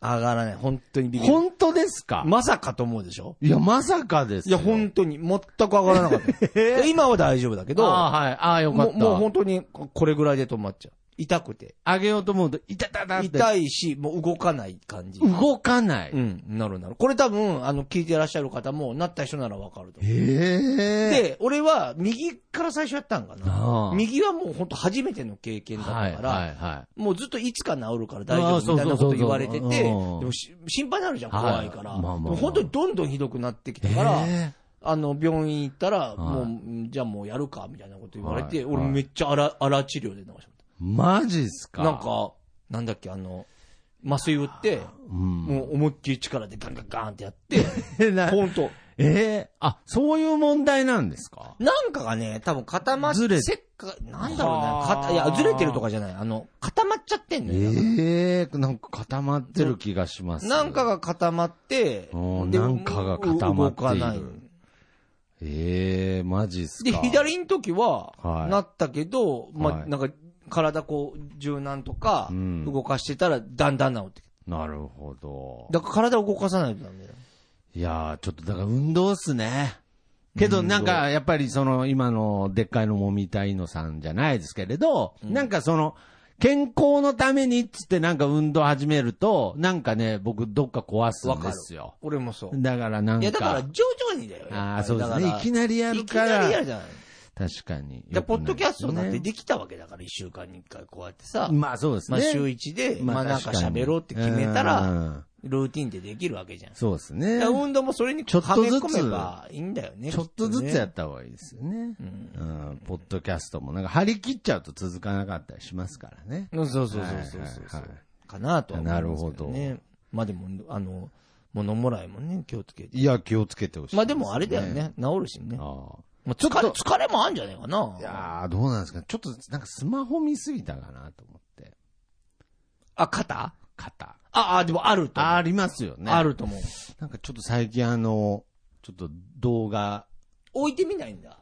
Speaker 1: 上がらない。本当にビビる。
Speaker 2: 本当ですか、
Speaker 1: まさかと思うでしょ
Speaker 2: いや、まさかです
Speaker 1: いや、
Speaker 2: よ。
Speaker 1: 本当に、全く上がらなか った。今は大丈夫だけど、
Speaker 2: ああ、はい。ああ、よか
Speaker 1: も
Speaker 2: っ
Speaker 1: う
Speaker 2: た。
Speaker 1: もう本当にこれぐらいで止まっちゃう。痛くて。
Speaker 2: 上げようと思うと、痛たたたって。
Speaker 1: 痛いし、もう動かない感じ。
Speaker 2: 動かない。
Speaker 1: うん、なるなる。これ多分、あの、聞いてらっしゃる方も、なった人ならわかると思う。
Speaker 2: ええ
Speaker 1: で、俺は、右から最初やったんか
Speaker 2: あ
Speaker 1: な
Speaker 2: あ。
Speaker 1: 右はもう本当初めての経験だった
Speaker 2: はい、
Speaker 1: か
Speaker 2: は
Speaker 1: ら、
Speaker 2: い、は
Speaker 1: もうずっといつか治るから大
Speaker 2: あ
Speaker 1: 丈
Speaker 2: あ
Speaker 1: 夫みたいなこ
Speaker 2: そ
Speaker 1: と
Speaker 2: うそうそうそう
Speaker 1: 言われてて、
Speaker 2: うん
Speaker 1: でもし心配になるじゃん、
Speaker 2: はい
Speaker 1: 怖いから。
Speaker 2: まあまあまあ
Speaker 1: でも本当にどんどんひどくなってき
Speaker 2: い。
Speaker 1: たから、
Speaker 2: え
Speaker 1: あの、病院行ったら、も
Speaker 2: は
Speaker 1: う
Speaker 2: い
Speaker 1: うん、じゃあもうやるか、みたいなこと言われて、
Speaker 2: はい
Speaker 1: 俺めっちゃ荒、荒治療で治しまし
Speaker 2: えマジっす
Speaker 1: た。
Speaker 2: か
Speaker 1: なん、か、なんだっけ、あの、麻酔打って、
Speaker 2: うん。
Speaker 1: もう思いっきり力でガンガンガンってや って、
Speaker 2: えな
Speaker 1: 本当
Speaker 2: ええあ、そういう問題なんですか
Speaker 1: なんかがね、多分固まっ
Speaker 2: ずれ
Speaker 1: せっか、なんだろう
Speaker 2: は
Speaker 1: な、
Speaker 2: あ
Speaker 1: かたいや、ずれてるとかじゃない、あの、固まっちゃってんのよ。
Speaker 2: ええなんか固まってる気がします。
Speaker 1: なんか、が固まって、
Speaker 2: うん
Speaker 1: で
Speaker 2: なんかが固まっ
Speaker 1: 動
Speaker 2: ている
Speaker 1: かない。
Speaker 2: ええマジっす
Speaker 1: で、
Speaker 2: か
Speaker 1: 左の時は、
Speaker 2: はい
Speaker 1: なったけど、ま
Speaker 2: は
Speaker 1: あ、
Speaker 2: い
Speaker 1: なんか、体こう、柔軟とか
Speaker 2: う、ん
Speaker 1: 動かしてたら、だんだん治ってき
Speaker 2: なるほど
Speaker 1: た。。だから体を動かさないとダメだよ。
Speaker 2: いやー、ちょっとだから運動っすね。けどなんか、やっぱりその、今のでっかいのもみたいのさんじゃないですけれど、なんかその、健康のためにっつってなんか運動始めると、なんかね、僕どっか壊すんですよ。
Speaker 1: 俺もそう。
Speaker 2: だからなん
Speaker 1: い
Speaker 2: か。
Speaker 1: や、だから徐々にだよ。
Speaker 2: ああ、そうですね。いき
Speaker 1: な
Speaker 2: なりやるから。
Speaker 1: いきなりやるじゃない。
Speaker 2: 確かに。
Speaker 1: で、ポッドキャストな
Speaker 2: な
Speaker 1: んんてできたわけだから、一週間に一回こうやってさ、
Speaker 2: まあそうです
Speaker 1: ま
Speaker 2: ね。
Speaker 1: あ週一で、まあなんか
Speaker 2: 確に
Speaker 1: 喋ろうって決めたら、
Speaker 2: うん
Speaker 1: ルーティンでできるわけじゃん。だ
Speaker 2: そうです
Speaker 1: か
Speaker 2: ね。
Speaker 1: ら運動もそれに
Speaker 2: ちょっと
Speaker 1: はめ
Speaker 2: ずつ
Speaker 1: 込めばいいんだよね。
Speaker 2: ちょっとずつや
Speaker 1: きね
Speaker 2: った方がいいですよね。うん。ポッドキャストもなんか張り切っちゃうと続かなかったりしますからね。
Speaker 1: うんそうそうそうそうそうそう
Speaker 2: はいはいはい。
Speaker 1: かなとは思うんですけど
Speaker 2: な
Speaker 1: ね。まあでも、あの、物もらいもね、気をつけて。
Speaker 2: いや、気をつけてほしいすね、
Speaker 1: まあでもあれだよね、治るしね。
Speaker 2: ああ。
Speaker 1: まあ疲れ、疲れもあるんじゃないか
Speaker 2: い
Speaker 1: な。
Speaker 2: やーどうなんですか。ちょっとなんかスマホ見すぎたかなと思って。
Speaker 1: あ、肩
Speaker 2: 肩。
Speaker 1: あ、あ、でもあると思う。
Speaker 2: ありますよね。
Speaker 1: あ。ると思う。
Speaker 2: なんかちょっと最近あの、ちょっと動画、
Speaker 1: 置いてみないんだ。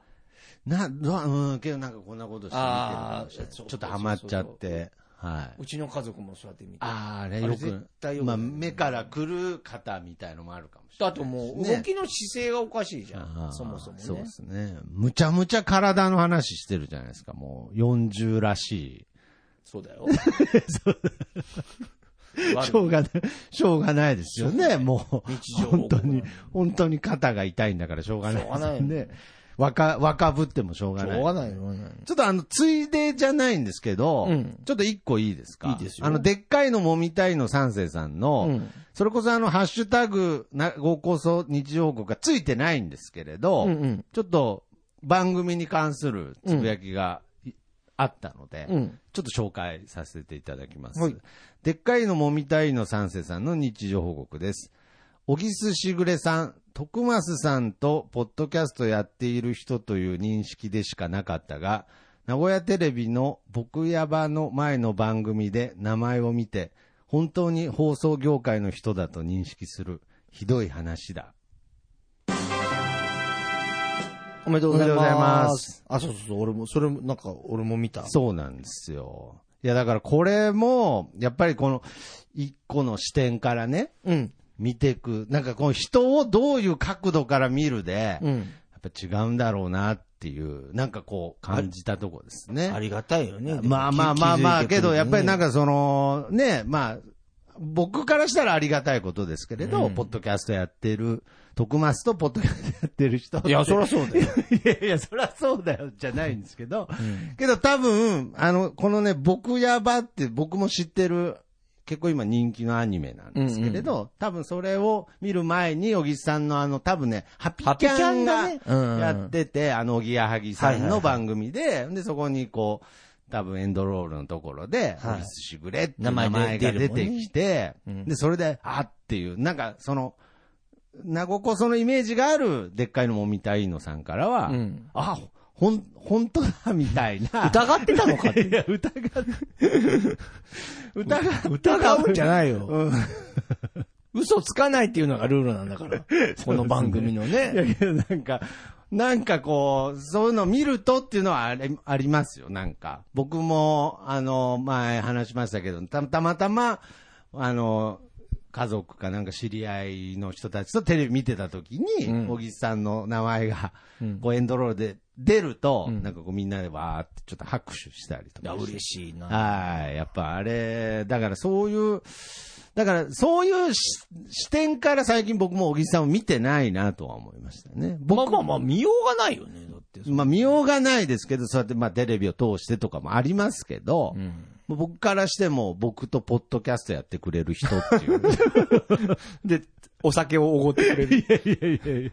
Speaker 2: な、どうん、けどなんかこんなことしてみてるかもしれ
Speaker 1: あ
Speaker 2: ない
Speaker 1: ー
Speaker 2: ち
Speaker 1: そ
Speaker 2: ょ
Speaker 1: う
Speaker 2: っとハマっちゃって。はい。
Speaker 1: うちの家族もそうやってみて。
Speaker 2: あーあれ
Speaker 1: あれ
Speaker 2: よ
Speaker 1: 絶
Speaker 2: く
Speaker 1: 対よ、くな
Speaker 2: ま
Speaker 1: い
Speaker 2: あ目からくる肩みたいのもあるかもし
Speaker 1: だ
Speaker 2: れないで
Speaker 1: と
Speaker 2: すね。
Speaker 1: もう、動きの姿勢がおかしいじゃ
Speaker 2: あ
Speaker 1: ん。
Speaker 2: ー
Speaker 1: そもそもね。
Speaker 2: そうですね。むちゃむちゃ体の話してるじゃないですか。もう40らし
Speaker 1: そうだよ。 悪
Speaker 2: い。
Speaker 1: い
Speaker 2: しょうがない、しょうがないですよね。もう、
Speaker 1: 日常
Speaker 2: 本当に、本当に肩が痛いんだからしょうがないです
Speaker 1: しょうがない
Speaker 2: よね。若、若ぶってもしょうが
Speaker 1: し
Speaker 2: ない。
Speaker 1: ょうがないよ。
Speaker 2: ちょっとあの、ついでじゃないんですけど、
Speaker 1: うん
Speaker 2: ちょっと一個いいですか
Speaker 1: いいですよ
Speaker 2: あの、でっかいのもみたいの三世さんの、
Speaker 1: うん
Speaker 2: それこそあの、ハッシュタグ、な、ごこそ日常報告がついてないんですけれど、
Speaker 1: うんうん。
Speaker 2: ちょっと番組に関するつぶやきが、いあったので、
Speaker 1: うん。
Speaker 2: ちょっと紹介させていただきます。
Speaker 1: はい
Speaker 2: でっかいのもみたいの三世さんの日常報告です。小木すしぐれさん、徳増さんとポッドキャストやっている人という認識でしかなかったが、名古屋テレビの僕やばの前の番組で名前を見て、本当に放送業界の人だと認識する、ひどい話だ。
Speaker 1: おめでとうござい
Speaker 2: おめでとうござい
Speaker 1: ま。
Speaker 2: ます
Speaker 1: あ、そうそうそう。俺も、それも、なんか、俺も見た。
Speaker 2: そうなんですよ。いや、だからこれも、やっぱりこの、一個の視点からね、
Speaker 1: うん。
Speaker 2: 見ていく。なんかこの人をどういう角度から見るで、
Speaker 1: う
Speaker 2: や
Speaker 1: ん。
Speaker 2: っぱ違うんだろうなっていう、なんかこう感じたとこです
Speaker 1: あ
Speaker 2: ね。
Speaker 1: りがたいよね。
Speaker 2: まあまあまあまあ、けどやっぱりなん
Speaker 1: か、
Speaker 2: かその、ね、まあ、僕からしたらありがたいことですけれど、
Speaker 1: うん
Speaker 2: ポッドキャストやってる、徳マスとポッドキャストやってる人って
Speaker 1: いや、そりゃそうだよ。
Speaker 2: いやいや、そりゃそうだよ、じゃないんですけど、けど多分、あの、このね、僕やばって僕も知ってる結構今人気のアニメなんですけれど、多分それを見る前に、小木さんのあの、多分ね、ハピキ
Speaker 1: ハ
Speaker 2: ャンが
Speaker 1: ピキャンだねうん
Speaker 2: やってて、あの、おぎやはぎさ
Speaker 1: は
Speaker 2: ん
Speaker 1: いはいは
Speaker 2: の
Speaker 1: い
Speaker 2: 番組で、で、そこにこう、多分エンドロールのところで、
Speaker 1: はい
Speaker 2: オリスシグレっていう
Speaker 1: 名前
Speaker 2: 名前が
Speaker 1: 出
Speaker 2: 出
Speaker 1: るもんね
Speaker 2: てきて、
Speaker 1: うん
Speaker 2: で、それで、あっていう、なんかその、なごこそのイメージがある、でっかいのもみたいのさんからは、
Speaker 1: うん
Speaker 2: あ、ほ ん、本当だ、みたいな。
Speaker 1: 疑ってたのかって。
Speaker 2: いや、疑う。疑う。
Speaker 1: 疑うんじゃないよ。
Speaker 2: うん
Speaker 1: 嘘つかないっていうのがルールなんだ から。 この番組の
Speaker 2: いや
Speaker 1: ね。
Speaker 2: けどなんか、なんかこう、そういうの見るとっていうのはあれありますよ、なんか。僕も、あの、前話しましたけど、たたまたま、あの、家族かなんか知り合いの人たちとテレビ見てた時に、
Speaker 1: うん
Speaker 2: 小木さんの名前が、
Speaker 1: うん
Speaker 2: こうエンドロールで出ると、
Speaker 1: うん
Speaker 2: なんかこうみんなでわーってちょっと拍手したりと
Speaker 1: いや、
Speaker 2: かして
Speaker 1: 嬉しいな。
Speaker 2: はい。やっぱあれ、だからそういう、だからそういうし視点から最近僕も小木さんを見てないなとは思いましたね。
Speaker 1: まあ
Speaker 2: 僕
Speaker 1: まあまあ、見ようがないよね、だって。
Speaker 2: まあ見ようがないですけど、そうやってまあテレビを通してとかもありますけど、
Speaker 1: うん
Speaker 2: 僕からしても僕とポッドキャストやってくれる人っていう。
Speaker 1: で、お酒をおごってくれる。
Speaker 2: いやいやいやいや、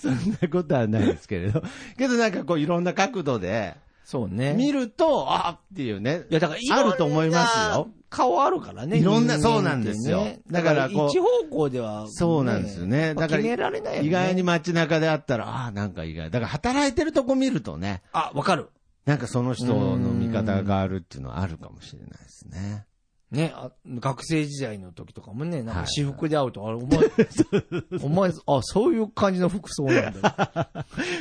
Speaker 2: そんなことはないですけれど。けどなんかこういろんな角度で
Speaker 1: そうね。
Speaker 2: 見ると、あっていうね。
Speaker 1: いや、だからいろんな
Speaker 2: あると思いますよ。
Speaker 1: 顔あるからね。
Speaker 2: いろん
Speaker 1: 人間
Speaker 2: な
Speaker 1: って
Speaker 2: そうなんですよ
Speaker 1: だ
Speaker 2: だ
Speaker 1: か、
Speaker 2: かららこう
Speaker 1: 一方向では、
Speaker 2: そうなんですよね
Speaker 1: まあ
Speaker 2: だか
Speaker 1: 決
Speaker 2: ら
Speaker 1: められないよね。
Speaker 2: 意外に。街中であったら、ああ、なんか意外。だから働いてるとこ見るとね、
Speaker 1: あ、わかる。
Speaker 2: なんかその人の見方が変わるっていうのはあるかもしれないですね。
Speaker 1: ね、あ学生時代の時とかもね、なん
Speaker 2: は
Speaker 1: か
Speaker 2: い
Speaker 1: 私服で会うと、あれ、お 前、お前、あ、そういう感じの服装なんだ。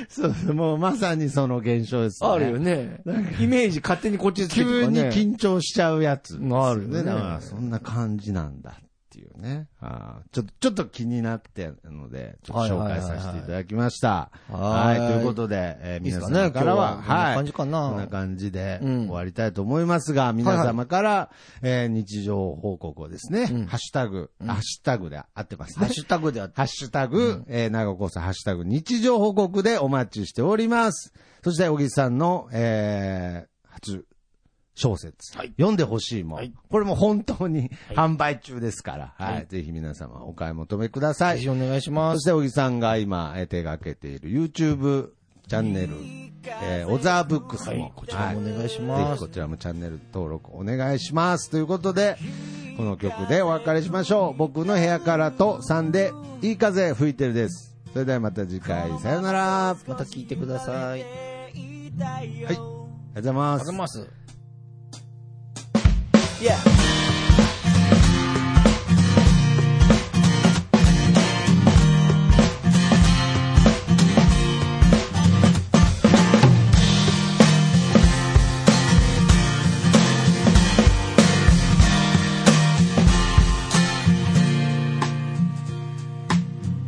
Speaker 2: そう、もうまさにその現象です ね。
Speaker 1: あるよね。イメージ勝手にこっちつけてく
Speaker 2: 急
Speaker 1: る
Speaker 2: に
Speaker 1: ね
Speaker 2: 緊張しちゃうやつ、
Speaker 1: あるよね
Speaker 2: だからそんな感じなんだっていうね。ああちょっと、ちょっと気になってるので、ちょっと紹介させていただきました。
Speaker 1: は
Speaker 2: はい
Speaker 1: はいはい
Speaker 2: い。
Speaker 1: はい
Speaker 2: ということで、えー
Speaker 1: いいです
Speaker 2: 皆
Speaker 1: か
Speaker 2: さ
Speaker 1: ね
Speaker 2: んからは、
Speaker 1: 今日はこんな感じかな
Speaker 2: こんな感じで
Speaker 1: うん
Speaker 2: 終わりたいと思いますが、皆様から、えー日常報告をですね、
Speaker 1: うん
Speaker 2: ハッシュタグ、ハッシュタグで合ってます
Speaker 1: ハ
Speaker 2: ね
Speaker 1: ッ。シュタグであって。
Speaker 2: ハッシュタグ、えー、長こそハッシュタグ、日常報告でお待ちしております。そして、小木さんの、えー、初小説、
Speaker 1: はい
Speaker 2: 読んでほしいもん、
Speaker 1: はい
Speaker 2: これも本当に販売中ですから、はい、
Speaker 1: はい
Speaker 2: ぜひ皆様お買い求めくださ
Speaker 1: ぜ
Speaker 2: い。
Speaker 1: ひお願いしま
Speaker 2: そ
Speaker 1: す。
Speaker 2: して、小木さんが今、えー手がけている YouTube チャンネル、えー、小沢ブックス
Speaker 1: は
Speaker 2: も、
Speaker 1: い、こちらもお
Speaker 2: はい
Speaker 1: 願いし
Speaker 2: ぜ
Speaker 1: ま
Speaker 2: ひ
Speaker 1: す
Speaker 2: こ。ちらもチャンネル登録お願いします。ということで、この曲でお別れしましょう。僕の部屋からと3で、いい風吹いてるです。それではまた次回、さよなら。あり
Speaker 1: また聞いてください。ありが
Speaker 2: はいがとうござい
Speaker 1: と
Speaker 2: ま
Speaker 1: うご
Speaker 2: す
Speaker 1: ざい。ます。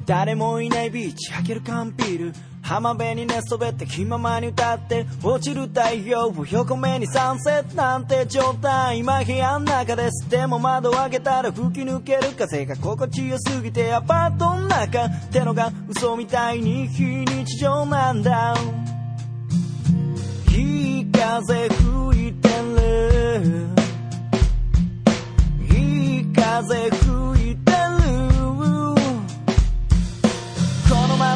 Speaker 3: 誰もいないビーチ開ける缶ビール浜辺に寝そべって気ままに歌って落ちる太陽を横目にサンセットなんて状態今部屋の中ですでも窓を開けたら吹き抜ける風が心地よすぎてアパートの中ってのが嘘みたいに非日常なんだいい風吹いてるいい風吹いてるこのま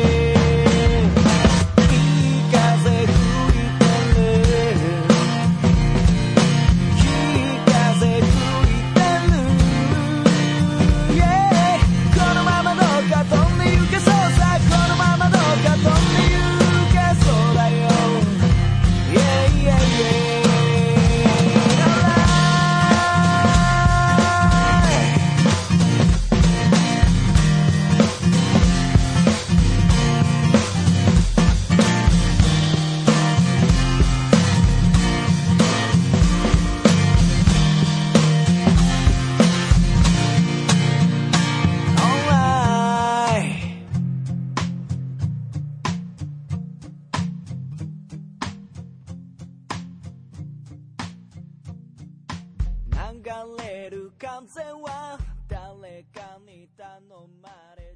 Speaker 3: いい風吹いてるいい風吹いてる Yeah このままどうか飛んで行けそうさこのままどうか飛んで行けそうだよ Yeah, yeah, yeah. Alright. 流れる完全は誰かに頼まれる